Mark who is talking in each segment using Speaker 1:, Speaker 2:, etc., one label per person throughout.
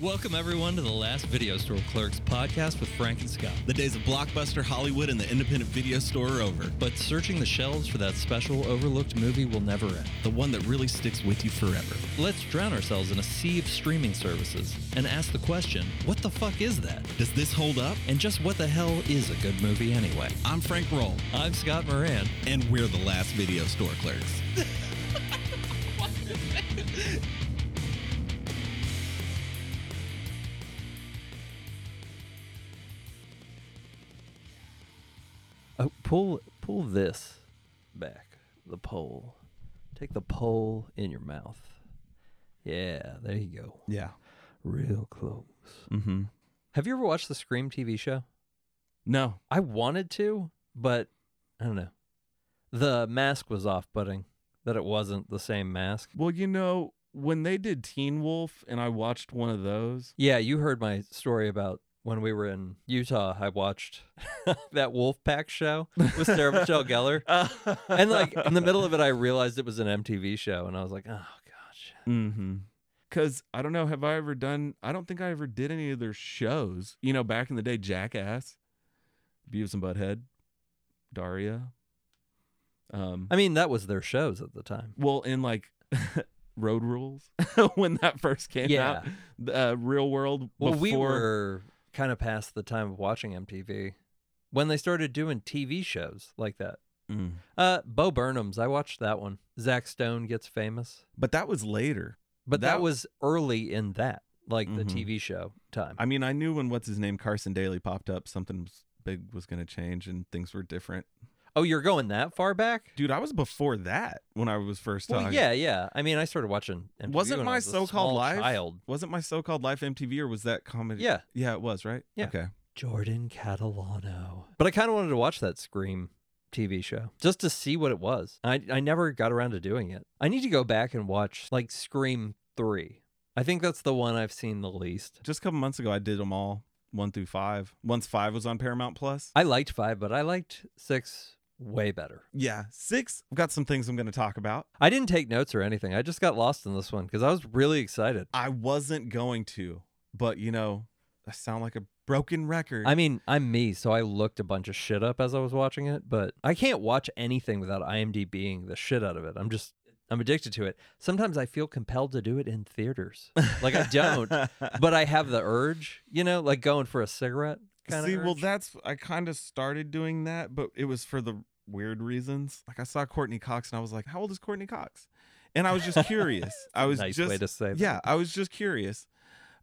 Speaker 1: Welcome, everyone, to the last Video Store Clerks podcast with Frank and Scott.
Speaker 2: The days of Blockbuster, Hollywood, and the independent video store are over.
Speaker 1: But searching the shelves for that special overlooked movie will never end.
Speaker 2: The one that really sticks with you forever.
Speaker 1: Let's drown ourselves in a sea of streaming services and ask the question what the fuck is that?
Speaker 2: Does this hold up?
Speaker 1: And just what the hell is a good movie anyway?
Speaker 2: I'm Frank Roll,
Speaker 1: I'm Scott Moran.
Speaker 2: and we're the last Video Store Clerks.
Speaker 3: Oh, pull pull this back. The pole. Take the pole in your mouth. Yeah, there you go.
Speaker 2: Yeah.
Speaker 3: Real close.
Speaker 2: Mm-hmm.
Speaker 3: Have you ever watched the Scream TV show?
Speaker 2: No.
Speaker 3: I wanted to, but I don't know. The mask was off-putting. That it wasn't the same mask.
Speaker 4: Well, you know, when they did Teen Wolf and I watched one of those,
Speaker 3: Yeah, you heard my story about when we were in Utah. I watched that Wolfpack show with Sarah Michelle Gellar, and like in the middle of it, I realized it was an MTV show, and I was like, oh gosh.
Speaker 4: mm-hmm. Cause I don't know, have I ever done I don't think I ever did any of their shows. You know, back in the day, Jackass, Beavis and Butthead, Daria. Um
Speaker 3: I mean, that was their shows at the time.
Speaker 4: well in like Road Rules when that first came out.
Speaker 3: Yeah.
Speaker 4: The, Uh, Real World
Speaker 3: Well,
Speaker 4: before
Speaker 3: we were kind of past the time of watching MTV when they started doing TV shows like that.
Speaker 4: Mm.
Speaker 3: Uh, Bo Burnham's, I watched that one. Zach Stone gets famous,
Speaker 2: But that was later.
Speaker 3: but that,
Speaker 2: That- Mm-hmm.
Speaker 3: was early in that, like
Speaker 4: Mhm.
Speaker 3: the TV show time.
Speaker 2: I mean, I knew when what's his name Carson Daly popped up, something was- big was going to change and things were different.
Speaker 3: oh, you're going that far back?
Speaker 2: Dude, I was before that when I was first
Speaker 3: Well,
Speaker 2: talking.
Speaker 3: yeah, yeah. I mean, I started watching. MTV
Speaker 2: Wasn't
Speaker 3: when I
Speaker 2: my
Speaker 3: was a
Speaker 2: so-called
Speaker 3: small
Speaker 2: life-
Speaker 3: child
Speaker 2: Wasn't my so-called life MTV or was that comedy?
Speaker 3: Yeah.
Speaker 2: Yeah, it was, right?
Speaker 3: Yeah.
Speaker 2: Okay.
Speaker 3: Jordan Catalano? But I kind of wanted to watch that Scream TV show just to see what it was. I I never got around to doing it. I need to go back and watch like Scream Three. I think that's the one I've seen the least.
Speaker 2: Just a couple months ago I did them all, 1 through 5. Once 5 was on Paramount Plus.
Speaker 3: I liked five, but I liked six way better.
Speaker 2: Yeah, six. I've got some things I'm going to talk about.
Speaker 3: I didn't take notes or anything. I just got lost in this one because I was really excited.
Speaker 2: I wasn't going to, but you know, I sound like a broken record.
Speaker 3: I mean, I'm me, so I looked a bunch of shit up as I was watching it, but I can't watch anything without IMDBing the shit out of it. I'm just I'm addicted to it. Sometimes I feel compelled to do it in theaters. Like I don't, but I have the urge, you know, like going for a cigarette kind
Speaker 2: see,
Speaker 3: of.
Speaker 2: well, that's I kind of started doing that, but it was for the weird reasons. Like I saw Courtney Cox, and I was like, "How old is Courtney Cox?" And I was just curious. I was
Speaker 3: nice
Speaker 2: just
Speaker 3: way to say that.
Speaker 2: yeah, I was just curious.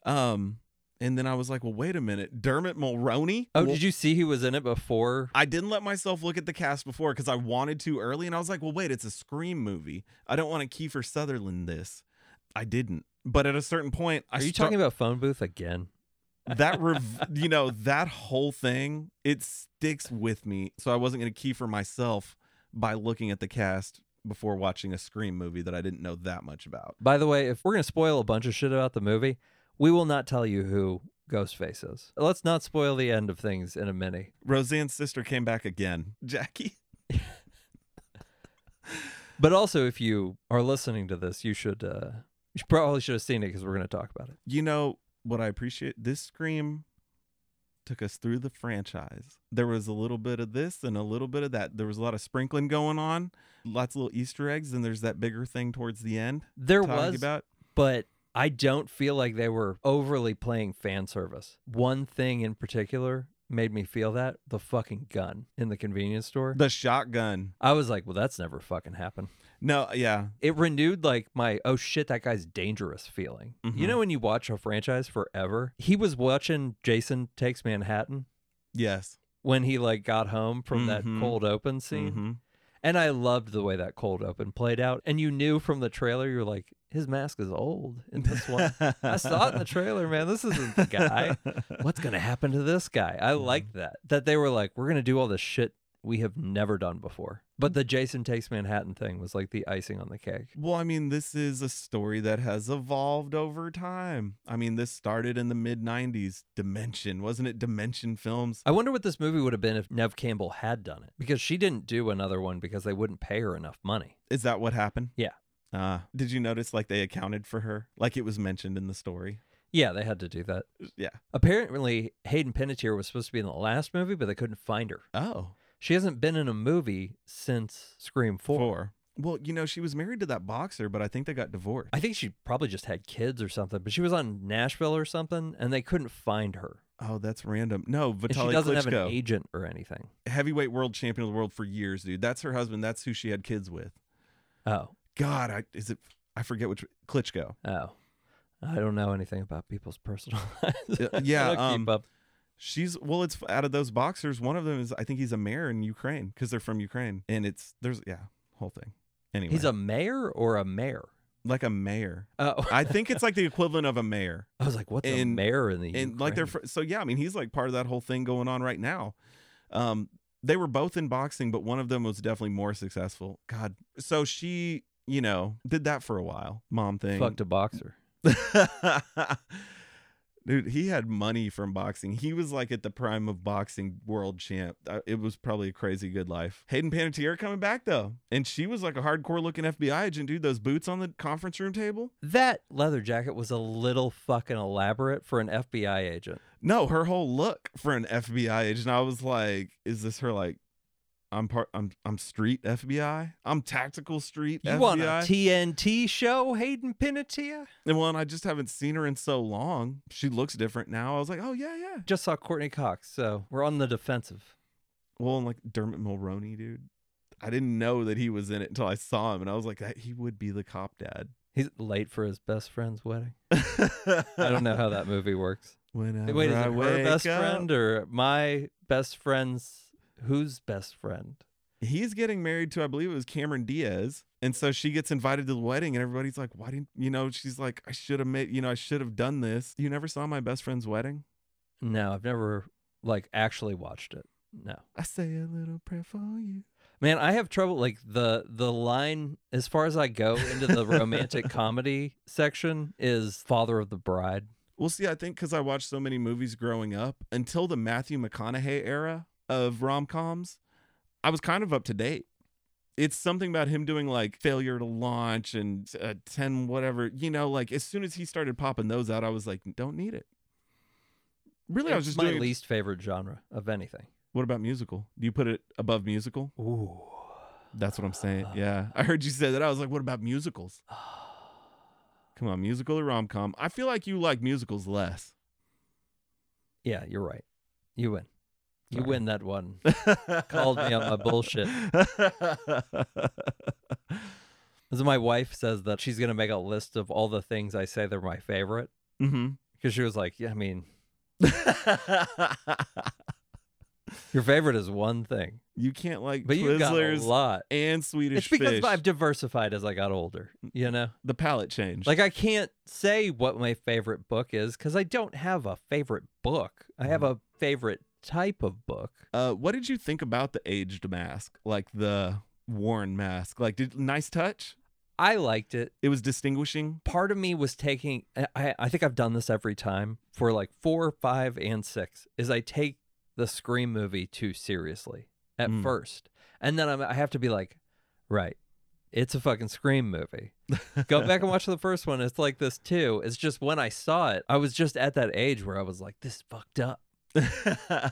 Speaker 2: Um, and then I was like, "Well, wait a minute, Dermot Mulroney."
Speaker 3: Oh,
Speaker 2: Well,
Speaker 3: did you see he was in it before?
Speaker 2: I didn't let myself look at the cast before because I wanted to early, and I was like, "Well, wait, it's a Scream movie. I don't want to Kiefer Sutherland this." I didn't, but at a certain point, I
Speaker 3: Are you
Speaker 2: sta-
Speaker 3: talking about phone booth again?
Speaker 2: that? Rev- you know that whole thing. It sticks with me, so I wasn't going to Kiefer myself by looking at the cast before watching a Scream movie that I didn't know that much about.
Speaker 3: By the way, if we're gonna spoil a bunch of shit about the movie, we will not tell you who Ghostface is. Let's not spoil the end of things in a mini.
Speaker 2: Roseanne's sister came back again, Jackie.
Speaker 3: But also, if you are listening to this, you should uh, you should- probably should have seen it because we're going to talk about it.
Speaker 2: You know what I appreciate? This Scream took us through the franchise. There was a little bit of this and a little bit of that. There was a lot of sprinkling going on, lots of little Easter eggs, and there's that bigger thing towards the end.
Speaker 3: There
Speaker 2: talking
Speaker 3: was,
Speaker 2: about
Speaker 3: but I don't feel like they were overly playing fan service. One thing in particular made me feel that the fucking gun in the convenience store.
Speaker 2: the shotgun.
Speaker 3: I was like, well, that's never fucking happened.
Speaker 2: No, yeah,
Speaker 3: It renewed like my oh shit, that guy's dangerous feeling. You
Speaker 2: Mhm.
Speaker 3: know when you watch a franchise forever. He was watching Jason Takes Manhattan
Speaker 2: yes.
Speaker 3: when he like got home from that
Speaker 2: Mhm.
Speaker 3: cold open scene.
Speaker 2: Mhm.
Speaker 3: And I loved the way that cold open played out. And you knew from the trailer, you were like, his mask is old in this one.
Speaker 2: Mm-hmm.
Speaker 3: I saw it in the trailer, man. This isn't the guy. What's going to happen to this guy? I liked that. That they were like, we're going to do all this shit we have never done before. But the Jason Takes Manhattan thing was like the icing on the cake.
Speaker 2: Well, I mean, this is a story that has evolved over time. I mean, this started in the mid 90s. Dimension, wasn't it? Dimension Films.
Speaker 3: I wonder what this movie would have been if Nev Campbell had done it because she didn't do another one because they wouldn't pay her enough money.
Speaker 2: Is that what happened?
Speaker 3: Yeah.
Speaker 2: Uh, did you notice like they accounted for her? Like it was mentioned in the story?
Speaker 3: Yeah, they had to do that.
Speaker 2: Yeah.
Speaker 3: Apparently, Hayden Panettiere was supposed to be in the last movie, but they couldn't find her.
Speaker 2: Oh,
Speaker 3: She hasn't been in a movie since Scream 4.
Speaker 2: four. Well, you know, she was married to that boxer, but I think they got divorced.
Speaker 3: I think she probably just had kids or something, but she was on Nashville or something, and they couldn't find her.
Speaker 2: oh, that's random. No,
Speaker 3: And
Speaker 2: Vitaly
Speaker 3: she doesn't
Speaker 2: Klitschko,
Speaker 3: have an agent or anything.
Speaker 2: heavyweight world champion of the world for years, dude. That's her husband. That's who she had kids with.
Speaker 3: Oh,
Speaker 2: God, I is it? I forget which Klitschko.
Speaker 3: oh. I don't know anything about people's personal lives.
Speaker 2: Uh,
Speaker 3: I
Speaker 2: yeah,
Speaker 3: don't
Speaker 2: um,
Speaker 3: keep up.
Speaker 2: She's well, it's out of those boxers. One of them is I think he's a mayor in Ukraine because they're from Ukraine, and it's there's yeah, whole thing. Anyway,
Speaker 3: He's a mayor or a mayor?
Speaker 2: like a mayor.
Speaker 3: Oh,
Speaker 2: I think it's like the equivalent of a mayor,
Speaker 3: I was like, what's a
Speaker 2: and-
Speaker 3: mayor in the
Speaker 2: and like they're
Speaker 3: Ukraine?
Speaker 2: fr- so yeah. I mean, he's like part of that whole thing going on right now. Um, they were both in boxing, but one of them was definitely more successful. God, so she you know did that for a while, mom thing.
Speaker 3: fucked a boxer.
Speaker 2: Dude, he had money from boxing. He was like at the prime of boxing world champ. Uh, It was probably a crazy good life. Hayden Panettiere coming back though. And she was like a hardcore looking FBI agent, dude. Those boots on the conference room table?
Speaker 3: That leather jacket was a little fucking elaborate for an FBI agent.
Speaker 2: No, her whole look for an FBI agent. I was like, is this her like I'm part I'm I'm street FBI? I'm tactical street
Speaker 3: You
Speaker 2: FBI.
Speaker 3: want a TNT show, Hayden Panettiere?
Speaker 2: and well, and I just haven't seen her in so long. She looks different now. I was like, oh yeah, yeah.
Speaker 3: Just saw Courtney Cox, so we're on the defensive.
Speaker 2: Well, and like Dermot Mulroney, dude. I didn't know that he was in it until I saw him, and I was like, that he would be the cop dad.
Speaker 3: He's late for his best friend's wedding.
Speaker 2: I
Speaker 3: I don't know how that movie works.
Speaker 2: Whenever
Speaker 3: Wait, is
Speaker 2: I
Speaker 3: it her
Speaker 2: wake
Speaker 3: best
Speaker 2: up-
Speaker 3: friend or my best friend's? Whose best friend?
Speaker 2: He's getting married to, I believe it was Cameron Diaz, and so she gets invited to the wedding, and everybody's like, why didn't you know? She's like, I should have made, you know, I should have done this. You never saw my best friend's wedding.
Speaker 3: No, I've never like actually watched it. No.
Speaker 2: I say a little prayer for you.
Speaker 3: Man, I have trouble like the the line as far as I go into the romantic comedy section is Father of the Bride.
Speaker 2: Well, see, I think because I watched so many movies growing up until the Matthew McConaughey era of rom coms, I was kind of up to date. It's something about him doing like failure to launch and uh, 10 whatever, you know, like as soon as he started popping those out, I was like, don't need it. Really, I was
Speaker 3: It's
Speaker 2: just
Speaker 3: my
Speaker 2: doing.
Speaker 3: least favorite genre of anything.
Speaker 2: what about musical? Do you put it above musical?
Speaker 3: Ooh.
Speaker 2: That's what I'm saying.
Speaker 3: Ah.
Speaker 2: Yeah. I heard you say that. I was like, what about musicals? Come on, musical or rom com? I feel like you like musicals less.
Speaker 3: Yeah, you're right. You win. You
Speaker 2: Sorry.
Speaker 3: win that one. Called me on my bullshit. So my wife says that she's gonna make a list of all the things I say they're my favorite.
Speaker 2: hmm
Speaker 3: Because she was like, Yeah, I mean your favorite is one thing.
Speaker 2: you can't like
Speaker 3: But you've got a
Speaker 2: Twizzlers
Speaker 3: lot.
Speaker 2: and Swedish
Speaker 3: It's because
Speaker 2: fish.
Speaker 3: I've diversified as I got older, you know?
Speaker 2: the palate change.
Speaker 3: Like I can't say what my favorite book is because I don't have a favorite book. I have
Speaker 2: Mm.
Speaker 3: a favorite type of book.
Speaker 2: uh, what did you think about the aged mask, like the worn mask? Like, did nice touch?
Speaker 3: I liked it.
Speaker 2: It was distinguishing.
Speaker 3: Part of me was taking. I- I I think I've done this every time for like four, five, and six. Is I take the Scream movie too seriously at
Speaker 2: Mm.
Speaker 3: first, and then I'm, I have to be like, right, it's a fucking Scream movie. Go back and watch the first one. It's like this too. It's just when I saw it, I was just at that age where I was like, this is fucked up.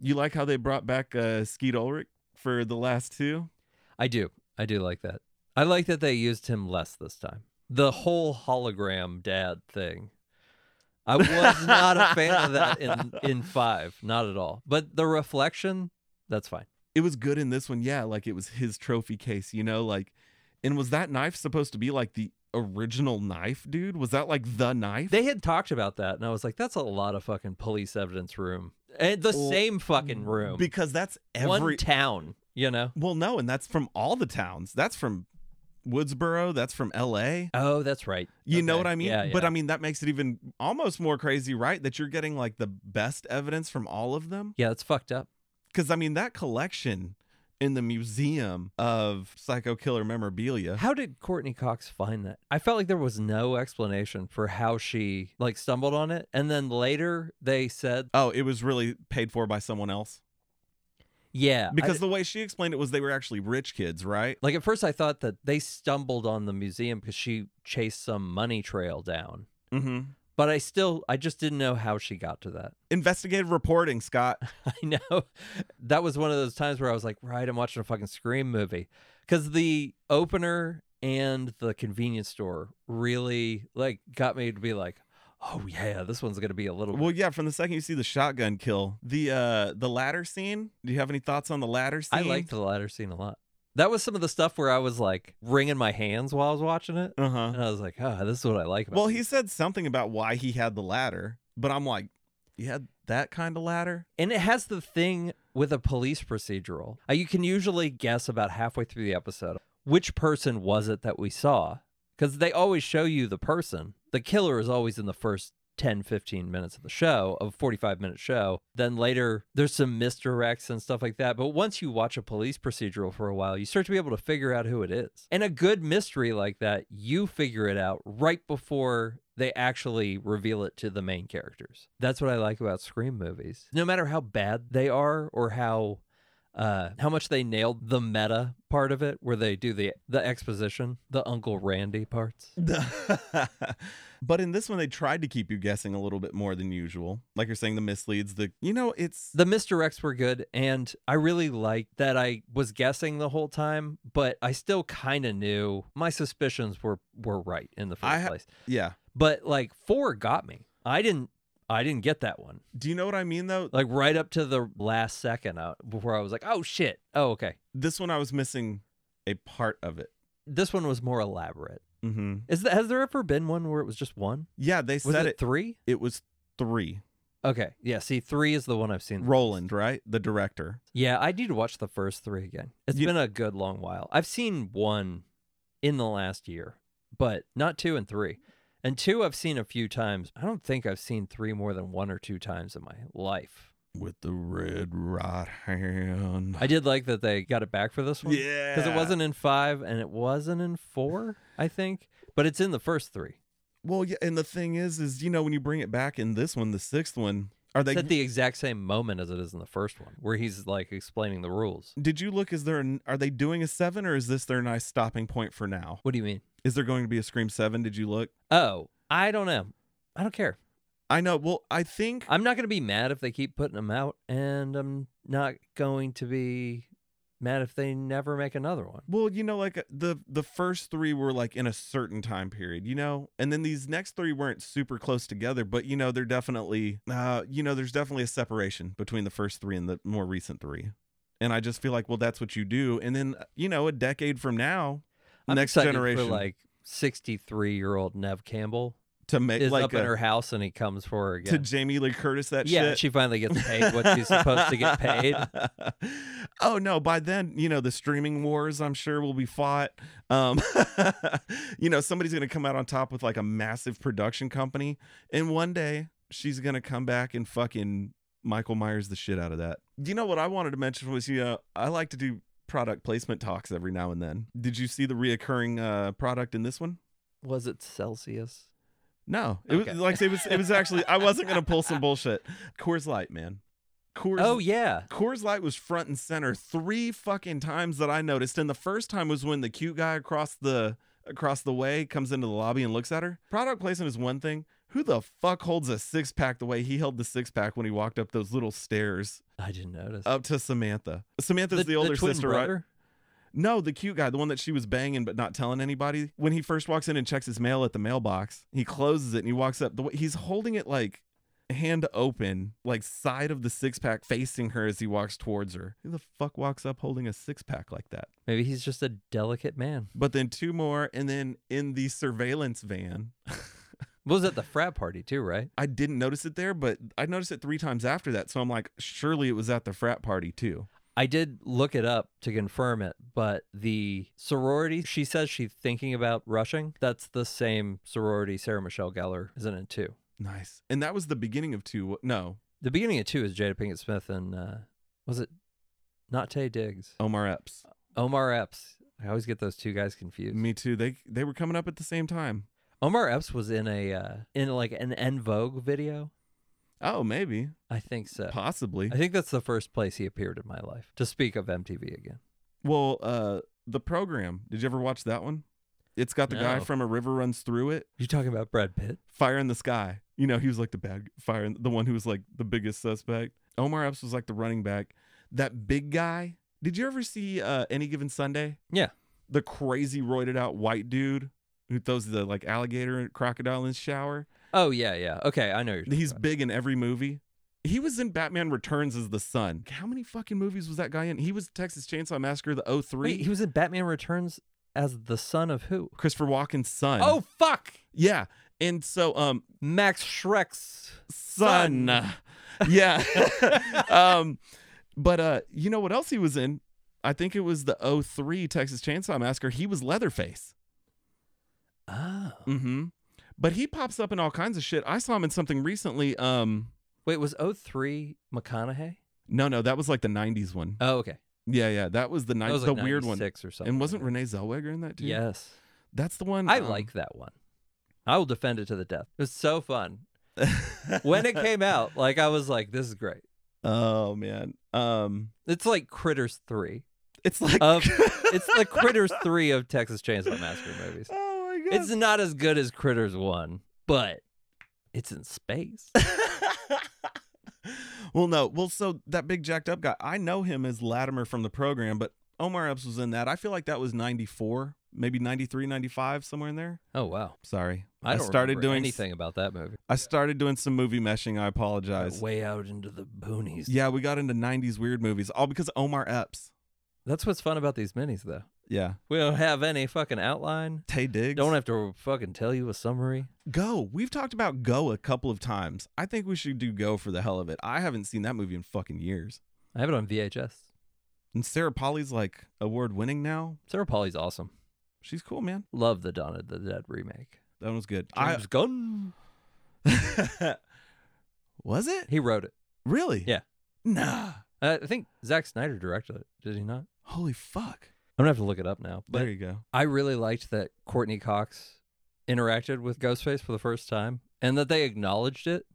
Speaker 2: you like how they brought back uh, Skeet Ulrich for the last two?
Speaker 3: I do. I do like that. I like that they used him less this time. The whole hologram dad thing. I was not a fan of that in in 5, not at all. But the reflection, that's fine.
Speaker 2: it was good in this one. Yeah, like it was his trophy case, you know, like and was that knife supposed to be like the original knife, dude? Was that like the knife?
Speaker 3: They had talked about that and I was like that's a lot of fucking police evidence room. And the
Speaker 2: Well,
Speaker 3: same fucking room.
Speaker 2: because that's every
Speaker 3: One town, you know.
Speaker 2: Well, no, and that's from all the towns. That's from Woodsboro, that's from LA.
Speaker 3: Oh, that's right.
Speaker 2: You know
Speaker 3: Okay.
Speaker 2: what I mean?
Speaker 3: Yeah,
Speaker 2: But
Speaker 3: yeah.
Speaker 2: I mean that makes it even almost more crazy, right? That you're getting like the best evidence from all of them.
Speaker 3: Yeah, it's fucked up.
Speaker 2: Cuz I mean that collection in the museum of psycho killer memorabilia.
Speaker 3: How did Courtney Cox find that? I felt like there was no explanation for how she like stumbled on it. And then later they said,
Speaker 2: Oh, it was really paid for by someone else.
Speaker 3: yeah, I-
Speaker 2: Because the way she explained it was they were actually rich kids, right?
Speaker 3: like at first I thought that they stumbled on the museum because she chased some money trail down.
Speaker 2: Mm-hmm.
Speaker 3: But I still, I just didn't know how she got to that.
Speaker 2: Investigative reporting, Scott.
Speaker 3: I know that was one of those times where I was like, right, I'm watching a fucking Scream movie. Because the opener and the convenience store really like got me to be like, oh yeah, this one's gonna be a little.
Speaker 2: Well, yeah, from the second you see the shotgun kill, the uh the ladder scene. Do you have any thoughts on the ladder scene?
Speaker 3: I liked the latter scene a lot. That was some of the stuff where I was like wringing my hands while I was watching it,
Speaker 2: Uh-huh.
Speaker 3: and I was like, oh, this is what I like. About
Speaker 2: Well,
Speaker 3: these."
Speaker 2: he said something about why he had the ladder, but I'm like, you had that kind of ladder?
Speaker 3: And it has the thing with a police procedural. Uh, You can usually guess about halfway through the episode which person was it that we saw because they always show you the person. The killer is always in the first 10, 15 minutes of the show, of a 45 minute show. Then later, there's some misdirects and stuff like that. But once you watch a police procedural for a while, you start to be able to figure out who it is. And a good mystery like that, you figure it out right before they actually reveal it to the main characters. That's what I like about Scream movies. No matter how bad they are or how uh, how much they nailed the meta part of it, where they do the the exposition, the Uncle Randy parts.
Speaker 2: but in this one, they tried to keep you guessing a little bit more than usual. Like you're saying, the misleads, the you know, it's
Speaker 3: The misdirects were good, and I really liked that I was guessing the whole time, but I still kind of knew my suspicions were were right in the first
Speaker 2: I ha-
Speaker 3: place.
Speaker 2: yeah.
Speaker 3: But like four got me. I didn't. I didn't get that one.
Speaker 2: Do you know what I mean though?
Speaker 3: Like right up to the last second, uh, before I was like, "Oh shit! Oh okay."
Speaker 2: This one, I was missing a part of it.
Speaker 3: This one was more elaborate.
Speaker 2: Mm-hmm.
Speaker 3: Is that, has there ever been one where it was just one?
Speaker 2: Yeah, they
Speaker 3: Was
Speaker 2: said
Speaker 3: it
Speaker 2: it.
Speaker 3: three?
Speaker 2: it was three.
Speaker 3: Okay. Yeah. See, three is the one I've seen.
Speaker 2: Roland, right? The director.
Speaker 3: Yeah, I need to watch the first three again. It's
Speaker 2: You-
Speaker 3: been a good long while. I've seen one in the last year, but not two and three. And two, I've seen a few times. I don't think I've seen three more than one or two times in my life.
Speaker 2: With the red right hand.
Speaker 3: I did like that they got it back for this one.
Speaker 2: yeah.
Speaker 3: Because it wasn't in five and it wasn't in four, I think, but it's in the first three.
Speaker 2: Well, yeah, and the thing is, is you know when you bring it back in this one, the sixth one, are they?
Speaker 3: It's at the exact same moment as it is in the first one, where he's like explaining the rules.
Speaker 2: did you look? Is there? An, are they doing a seven, or is this their nice stopping point for now?
Speaker 3: What do you mean?
Speaker 2: Is there going to be a Scream seven? Did you look?
Speaker 3: Oh, I don't know. I don't care.
Speaker 2: I know. Well, I think
Speaker 3: I'm not going to be mad if they keep putting them out, and I'm not going to be mad if they never make another one.
Speaker 2: Well, you know, like uh, the the first three were like in a certain time period, you know, and then these next three weren't super close together, but you know, they're definitely, uh, you know, there's definitely a separation between the first three and the more recent three, and I just feel like, well, that's what you do, and then uh, you know, a decade from now,
Speaker 3: I'm
Speaker 2: next
Speaker 3: excited
Speaker 2: generation
Speaker 3: for like 63 year old Nev Campbell
Speaker 2: to make
Speaker 3: is up
Speaker 2: Eh, like
Speaker 3: in
Speaker 2: a-
Speaker 3: her house, and he comes for her
Speaker 2: to
Speaker 3: again.
Speaker 2: Jamie Lee Curtis that
Speaker 3: yeah,
Speaker 2: shit.
Speaker 3: she finally gets paid what she's supposed to get paid.
Speaker 2: oh no! By then, you know the streaming wars. I'm sure will be fought. Um, you know somebody's gonna come out on top with like a massive production company, and one day she's gonna come back and fucking Michael Myers the shit out of that. You know what I wanted to mention was you know I like to do product placement talks every now and then. Did you see the reoccurring uh, product in this one?
Speaker 3: Was it Celsius?
Speaker 2: No, it
Speaker 3: Okay.
Speaker 2: was like it was. It was actually I wasn't gonna pull some bullshit. Coors Light, man. Coors.
Speaker 3: Oh yeah,
Speaker 2: Coors Light was front and center three fucking times that I noticed, and the first time was when the cute guy across the across the way comes into the lobby and looks at her. Product placement is one thing. Who the fuck holds a six pack the way he held the six pack when he walked up those little stairs
Speaker 3: I didn't notice.
Speaker 2: up to Samantha? Samantha's Oh, the, older
Speaker 3: twin
Speaker 2: sister, right?
Speaker 3: brother?
Speaker 2: No, the cute guy, the one that she was banging but not telling anybody. When he first walks in and checks his mail at the mailbox, he closes it and he walks up. The way, he's holding it like hand open, like side of the six pack, facing her as he walks towards her. Who the fuck walks up holding a six pack like that?
Speaker 3: Maybe he's just a delicate man.
Speaker 2: But then two more, and then in the surveillance van.
Speaker 3: Was at the frat party too, right?
Speaker 2: I didn't notice it there, but I noticed it three times after that. So I'm like, surely it was at the frat party too.
Speaker 3: I did look it up to confirm it, but the sorority she says she's thinking about rushing. That's the same sorority Sarah Michelle Gellar isn't in two.
Speaker 2: Nice. And that was the beginning of two. No,
Speaker 3: The beginning of two is Jada Pinkett Smith and uh, was it not Tay Diggs?
Speaker 2: Omar Epps.
Speaker 3: Omar Epps. I always get those two guys confused.
Speaker 2: Me too. They they were coming up at the same time.
Speaker 3: Omar Epps was in a uh, in like an En Vogue video.
Speaker 2: Oh, maybe.
Speaker 3: I think so.
Speaker 2: Possibly.
Speaker 3: I think that's the first place he appeared in my life. To speak of MTV again.
Speaker 2: Well, uh the program. Did you ever watch that one? It's got the guy
Speaker 1: No.
Speaker 2: from A River Runs Through It,
Speaker 3: You talking about Brad Pitt?
Speaker 2: Fire in the Sky. You know, he was like the bad fire, in- the one who was like the biggest suspect. Omar Epps was like the running back. That big guy. Did you ever see uh, Any Given Sunday?
Speaker 3: Yeah.
Speaker 2: The crazy roided out white dude who throws the like alligator and crocodile in his shower.
Speaker 3: Oh yeah, yeah. Okay, I know. You're talking
Speaker 2: He's
Speaker 3: about.
Speaker 2: big in every movie. He was in Batman Returns as the son. How many fucking movies was that guy in? He was Texas Chainsaw Massacre, the 03.
Speaker 3: Wait, he was in Batman Returns as the son of who?
Speaker 2: Christopher Walken's son.
Speaker 3: Oh fuck,
Speaker 2: yeah. And so, um,
Speaker 3: Max Shrek's
Speaker 2: son. yeah. um, but uh, you know what else he was in? I think it was the 03 Texas Chainsaw Massacre. He was Leatherface.
Speaker 3: Oh.
Speaker 2: Mm-hmm. But he pops up in all kinds of shit. I saw him in something recently. Um,
Speaker 3: Wait, was 03 McConaughey?
Speaker 2: no, no, that was like the '90s one.
Speaker 3: Oh, okay.
Speaker 2: Yeah, yeah, that was the
Speaker 3: That
Speaker 2: 90s,
Speaker 3: was
Speaker 2: the
Speaker 3: like
Speaker 2: weird one.
Speaker 3: 96 or something.
Speaker 2: And wasn't Renee Zellweger in that too?
Speaker 3: Yes.
Speaker 2: that's the one.
Speaker 3: I
Speaker 2: um,
Speaker 3: like that one. I will defend it to the death. It was so fun. when it came out, like I was like, this is great.
Speaker 2: Oh man, um,
Speaker 3: It's like Critters 3.
Speaker 2: it's like
Speaker 3: Of it's the Critters 3 of Texas Chainsaw Massacre movies.
Speaker 2: oh my god,
Speaker 3: It's not as good as Critters 1, but it's in space.
Speaker 2: well, no. Well, so that big jacked up guy, I know him as Latimer from the program, but Omar Epps was in that. I feel like that was 94, maybe 93, 95, somewhere in there.
Speaker 3: Oh wow.
Speaker 2: Sorry.
Speaker 3: I, don't
Speaker 2: started
Speaker 3: remember
Speaker 2: doing s-
Speaker 3: anything about that movie.
Speaker 2: I started doing some movie meshing. I apologize.
Speaker 3: Way out into the boonies.
Speaker 2: Yeah, we got into 90s weird movies, all because of Omar Epps.
Speaker 3: That's what's fun about these minis though.
Speaker 2: Yeah.
Speaker 3: We don't have any fucking outline.
Speaker 2: Tay Diggs.
Speaker 3: Don't have to fucking tell you a summary.
Speaker 2: Go. We've talked about Go a couple of times. I think we should do Go for the hell of it. I haven't seen that movie in fucking years.
Speaker 3: I have it on VHS.
Speaker 2: And Sarah Polly's like award winning now.
Speaker 3: Sarah Polly's awesome.
Speaker 2: She's cool, man.
Speaker 3: Love the Dawn of the Dead remake.
Speaker 2: That one was good. I,
Speaker 3: James Gunn.
Speaker 2: was it?
Speaker 3: He wrote it.
Speaker 2: Really?
Speaker 3: Yeah.
Speaker 2: Nah.
Speaker 3: Uh, I think Zack Snyder directed it. Did he not?
Speaker 2: Holy fuck.
Speaker 3: I'm gonna have to look it up now. But
Speaker 2: there you go.
Speaker 3: I really liked that Courtney Cox interacted with Ghostface for the first time, and that they acknowledged it.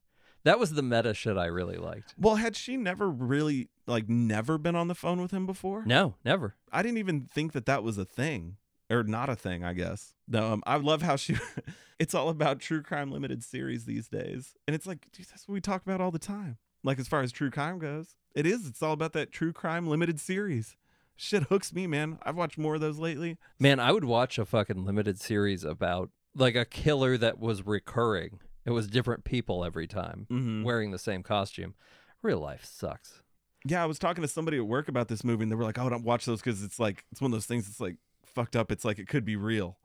Speaker 3: That was the meta shit I really liked.
Speaker 2: Well, had she never really, like, never been on the phone with him before?
Speaker 3: No, never.
Speaker 2: I didn't even think that that was a thing or not a thing, I guess. No, um, I love how she, it's all about true crime limited series these days. And it's like, dude, that's what we talk about all the time. Like, as far as true crime goes, it is. It's all about that true crime limited series. Shit hooks me, man. I've watched more of those lately.
Speaker 3: Man, I would watch a fucking limited series about like a killer that was recurring. It was different people every time
Speaker 2: Mm-hmm.
Speaker 3: wearing the same costume. Real life sucks.
Speaker 2: Yeah, I was talking to somebody at work about this movie, and they were like, "Oh, don't watch those because it's like it's one of those things that's like fucked up. It's like it could be real."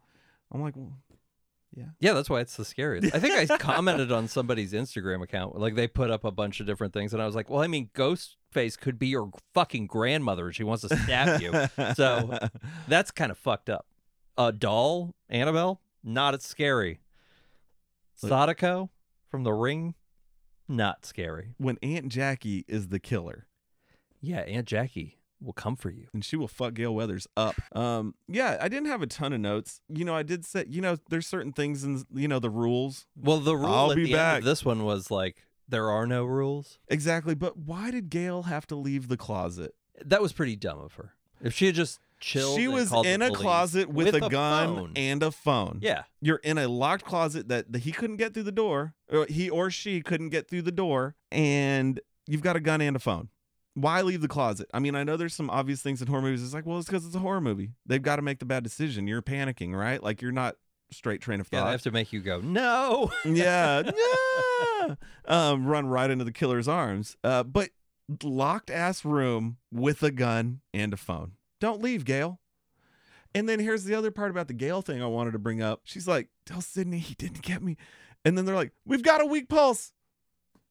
Speaker 2: I'm like, well,
Speaker 3: Yeah, that's why it's the scariest. I think I commented on somebody's Instagram account. Like they put up a bunch of different things, and I was like, "Well, I mean, Ghostface could be your fucking grandmother, and she wants to stab you. So- That's kind of fucked up." A doll, Annabelle, not as scary. Sadako from The Ring, not scary.
Speaker 2: when Aunt Jackie is the killer,
Speaker 3: Yeah, Aunt Jackie will come for you.
Speaker 2: and she will fuck Gail Weathers up. Um, yeah, I didn't have a ton of notes. You know, I did say, you know, there's certain things in you know the rules
Speaker 3: Well, the rule
Speaker 2: I'll
Speaker 3: at
Speaker 2: be
Speaker 3: the end
Speaker 2: back.
Speaker 3: of this one was like there are no rules.
Speaker 2: exactly. But why did Gail have to leave the closet?
Speaker 3: That was pretty dumb of her. If she had just chilled,
Speaker 2: she
Speaker 3: and
Speaker 2: was
Speaker 3: called the
Speaker 2: in a
Speaker 3: police
Speaker 2: closet with, a, gun
Speaker 3: phone.
Speaker 2: and a phone.
Speaker 3: yeah.
Speaker 2: you're in a locked closet that that he couldn't get through the door, or he or she couldn't get through the door, and you've got a gun and a phone. Why leave the closet? I mean, I know there's some obvious things in horror movies. It's like, well, it's because it's a horror movie. They've got to make the bad decision. You're panicking, right? Like you're not straight train of
Speaker 3: Yeah, they
Speaker 2: thought.
Speaker 3: have to make you go, no.
Speaker 2: Yeah, yeah. Um, run right into the killer's arms. Uh, but locked ass room with a gun and a phone. Don't leave, Gail. And then here's the other part about the Gail thing I wanted to bring up. She's like, "Tell Sydney he didn't get me." And then they're like, "We've got a weak pulse."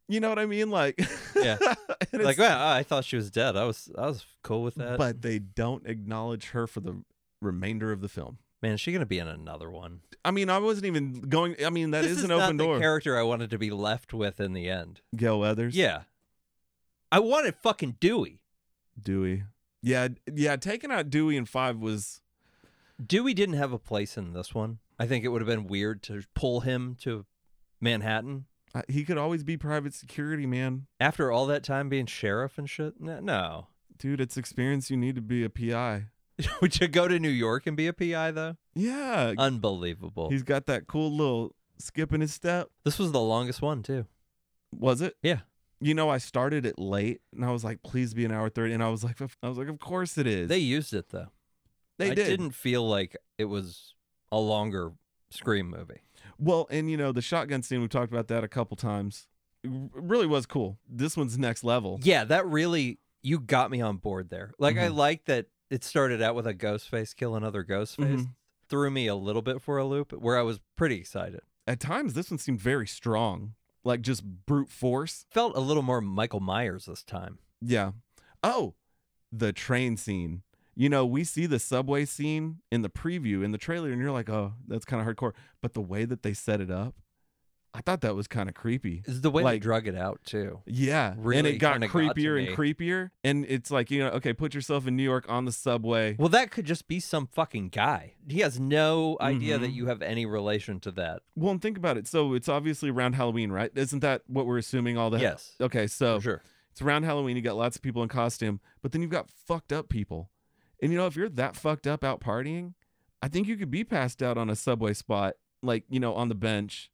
Speaker 2: You know what I mean? Like,
Speaker 3: Yeah.
Speaker 2: And
Speaker 3: Like,
Speaker 2: it's-
Speaker 3: well, I thought she was dead. I was I was cool with that.
Speaker 2: but they don't acknowledge her for the remainder of the film.
Speaker 3: man, is she gonna be in another one?
Speaker 2: I mean, I wasn't even going. I mean, that
Speaker 3: This
Speaker 2: is an
Speaker 3: not
Speaker 2: open
Speaker 3: the
Speaker 2: door.
Speaker 3: character I wanted to be left with in the end.
Speaker 2: Gail Weathers.
Speaker 3: Yeah. I wanted fucking Dewey.
Speaker 2: Dewey. Yeah, d- yeah. Taking out Dewey in five was
Speaker 3: Dewey didn't have a place in this one. I think it would have been weird to pull him to Manhattan
Speaker 2: uh, he could always be private security, man,
Speaker 3: after all that time being sheriff and shit. No. no.
Speaker 2: dude. It's experience you need to be a PI.
Speaker 3: Would you go to New York and be a PI though?
Speaker 2: Yeah.
Speaker 3: Unbelievable.
Speaker 2: He's got that cool little skip in his step.
Speaker 3: This was the longest one too.
Speaker 2: Was it?
Speaker 3: Yeah.
Speaker 2: You know, I started it late and I was like, please be an hour 30. And I was like, I was like, of course it is.
Speaker 3: They used it though.
Speaker 2: they
Speaker 3: I
Speaker 2: did.
Speaker 3: didn't feel like it was a longer Scream movie.
Speaker 2: Well, and you know, the shotgun scene, we've talked about that a couple times. It r- really was cool. This one's next level.
Speaker 3: Yeah, that really you got me on board there. Like
Speaker 2: Mm-hmm.
Speaker 3: I like that it started out with a ghost face kill another ghost face.
Speaker 2: Mhm.
Speaker 3: Threw me a little bit for a loop where I was pretty excited.
Speaker 2: At times, this one seemed very strong, like just brute force.
Speaker 3: Felt a little more Michael Myers this time.
Speaker 2: Yeah. Oh, the train scene. You know, we see the subway scene in the preview in the trailer, and you're like, oh, that's kind of hardcore. But the way that they set it up, I thought that was kind of creepy.
Speaker 3: Is the way they
Speaker 2: Like-
Speaker 3: drug it out too.
Speaker 2: Yeah. and
Speaker 3: Really
Speaker 2: it got
Speaker 3: kinda got to
Speaker 2: creepier
Speaker 3: me.
Speaker 2: and creepier. And it's like, you know, okay, put yourself in New York on the subway.
Speaker 3: Well, that could just be some fucking guy. He has no idea that
Speaker 2: Mhm.
Speaker 3: you have any relation to that.
Speaker 2: Well, and think about it. So it's obviously around Halloween, right? Isn't that what we're assuming all that?
Speaker 3: yes.
Speaker 2: Okay, so
Speaker 3: for sure.
Speaker 2: it's around Halloween. You got lots of people in costume, but then you've got fucked up people. And you know, if you're that fucked up out partying, I think you could be passed out on a subway spot, like, you know, on the bench.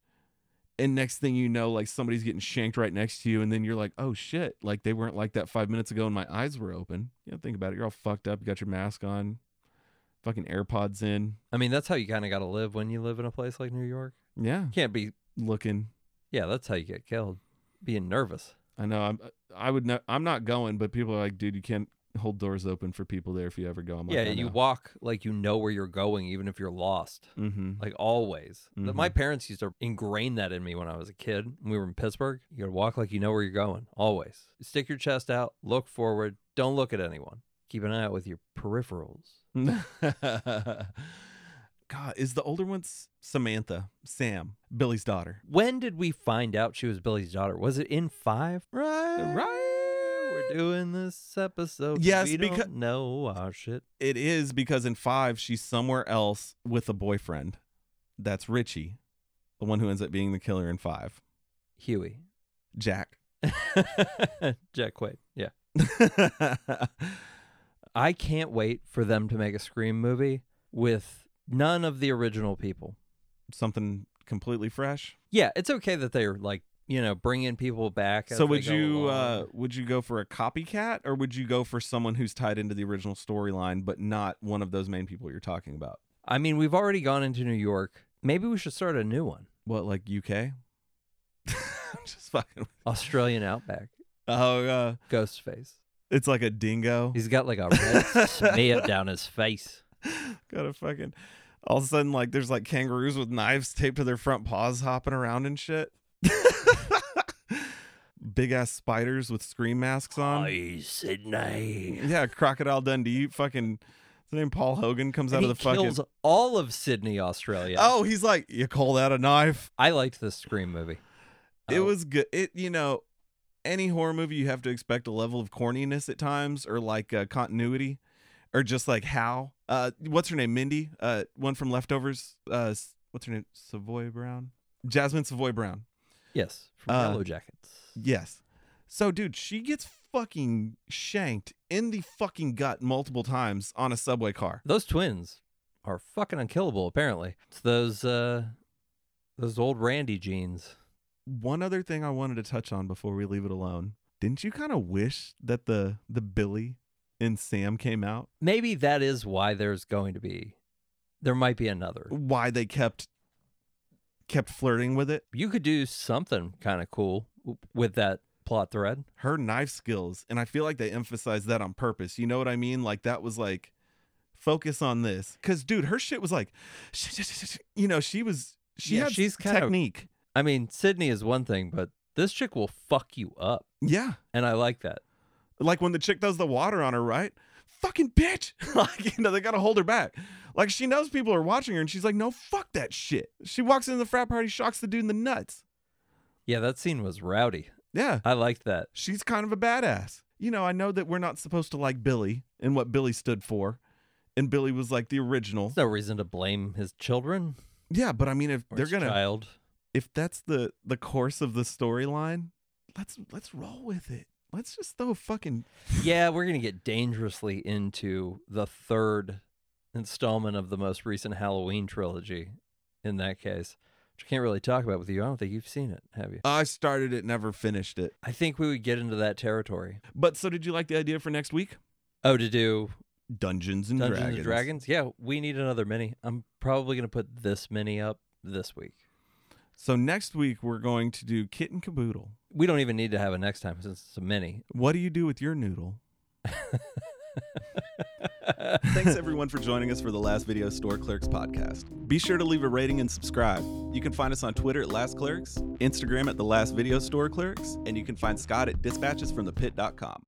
Speaker 2: And next thing you know, like somebody's getting shanked right next to you. And then you're like, oh shit, like they weren't like that five minutes ago and my eyes were open. You know, think about it. You're all fucked up. You got your mask on, fucking AirPods in.
Speaker 3: I mean, that's how you kind of got to live when you live in a place like New York.
Speaker 2: Yeah,
Speaker 3: You can't be,
Speaker 2: looking.
Speaker 3: yeah, that's how you get killed. Being nervous.
Speaker 2: I know. I'm. I would. Ne- I'm not going. But people are like, dude, you can't hold doors open for people there if you ever go. I'm like,
Speaker 3: yeah, you walk like you know where you're going, even if you're lost.
Speaker 2: Mm-hmm.
Speaker 3: Like always. Th- My
Speaker 2: Mhm.
Speaker 3: parents used to ingrain that in me when I was a kid. When we were in Pittsburgh. You gotta walk like you know where you're going. Always. Stick your chest out, look forward, don't look at anyone. Keep an eye out with your peripherals.
Speaker 2: God, is the older one S- Samantha Sam Billy's daughter?
Speaker 3: When did we find out she was Billy's daughter? Was it in five? Right. We're doing this episode.
Speaker 2: Yes,
Speaker 3: we
Speaker 2: becau-
Speaker 3: don't know our shit.
Speaker 2: It is because in five she's somewhere else with a boyfriend. That's Richie, the one who ends up being the killer in five.
Speaker 3: Huey.
Speaker 2: Jack.
Speaker 3: Jack Quaid. Yeah. I can't wait for them to make a Scream movie with none of the original people.
Speaker 2: Something completely fresh.
Speaker 3: Yeah, it's okay that they're like, you know, bringing people back. as
Speaker 2: so
Speaker 3: they
Speaker 2: would
Speaker 3: go
Speaker 2: you uh,
Speaker 3: along.
Speaker 2: would you go for a copycat or would you go for someone who's tied into the original storyline but not one of those main people you're talking about
Speaker 3: I mean, we've already gone into New York. Maybe we should start a new one.
Speaker 2: what like uk i'm just fucking
Speaker 3: Australian Outback.
Speaker 2: oh uh,
Speaker 3: Ghostface.
Speaker 2: it's like a dingo
Speaker 3: He's got like a red smear down his face.
Speaker 2: got a fucking all of a sudden like there's like kangaroos with knives taped to their front paws hopping around and shit big ass spiders with scream masks on
Speaker 3: Hi, Sydney.
Speaker 2: yeah crocodile dundee fucking what's the name paul hogan comes out
Speaker 3: And
Speaker 2: of
Speaker 3: he
Speaker 2: the fucking
Speaker 3: kills all of Sydney, Australia.
Speaker 2: Oh, he's like, you call that a knife?
Speaker 3: I liked this Scream movie.
Speaker 2: It
Speaker 3: Oh.
Speaker 2: was good. It, you know, any horror movie, you have to expect a level of corniness at times or like uh, continuity or just like how. Uh, what's her name? Mindy? Uh, one from Leftovers. Uh, S- what's her name? Savoy Brown? Jasmine Savoy Brown.
Speaker 3: Yes, from
Speaker 2: Uh,
Speaker 3: Yellow Jackets.
Speaker 2: Yes. So, dude, she gets fucking shanked in the fucking gut multiple times on a subway car.
Speaker 3: Those twins are fucking unkillable. Apparently, it's those uh, those old Randy jeans.
Speaker 2: one other thing I wanted to touch on before we leave it alone. Didn't you kind of wish that the the Billy and Sam came out?
Speaker 3: Maybe that is why there's going to be, there might be another.
Speaker 2: Why they kept kept flirting with it?
Speaker 3: You could do something kind of cool w- with that plot thread.
Speaker 2: Her knife skills, and I feel like they emphasized that on purpose. You know what I mean? Like that was like focus on this cuz dude, her shit was like sh- sh- sh- sh- you know, she was she
Speaker 3: Yeah,
Speaker 2: had
Speaker 3: she's kinda-
Speaker 2: technique.
Speaker 3: I mean, Sydney is one thing, but this chick will fuck you up,
Speaker 2: Yeah.
Speaker 3: and I like that.
Speaker 2: Like when the chick does the water on her, right? Fucking bitch. like, you know, they gotta hold her back. Like she knows people are watching her and she's like, no, fuck that shit. She walks into the frat party, shocks the dude in the nuts.
Speaker 3: Yeah, that scene was rowdy.
Speaker 2: Yeah.
Speaker 3: I liked that.
Speaker 2: She's kind of a badass. You know, I know that we're not supposed to like Billy and what Billy stood for. And Billy was like the original.
Speaker 3: There's no reason to blame his children
Speaker 2: Yeah, but I mean if
Speaker 3: or
Speaker 2: they're
Speaker 3: his
Speaker 2: gonna
Speaker 3: child.
Speaker 2: if that's the the course of the storyline, let's let's roll with it. let's just throw a fucking
Speaker 3: yeah, we're gonna get dangerously into the third installment of the most recent Halloween trilogy. In that case, which I can't really talk about with you. I don't think you've seen it, have you?
Speaker 2: I started it, never finished it.
Speaker 3: I think we would get into that territory.
Speaker 2: But so did you like the idea for next week?
Speaker 3: Oh, to do
Speaker 2: Dungeons and
Speaker 3: Dungeons
Speaker 2: Dragons.
Speaker 3: and Dragons. Yeah, we need another mini. I'm probably gonna put this mini up this week.
Speaker 2: So next week we're going to do Kit and Caboodle.
Speaker 3: We don't even need to have it next time since it's a mini.
Speaker 2: What do you do with your noodle? Thanks everyone for joining us for the Last Video Store Clerks podcast. Be sure to leave a rating and subscribe. You can find us on Twitter at Last Clerks, Instagram at the Last Video Store Clerks, and you can find Scott at dispatchesfromthepit.com.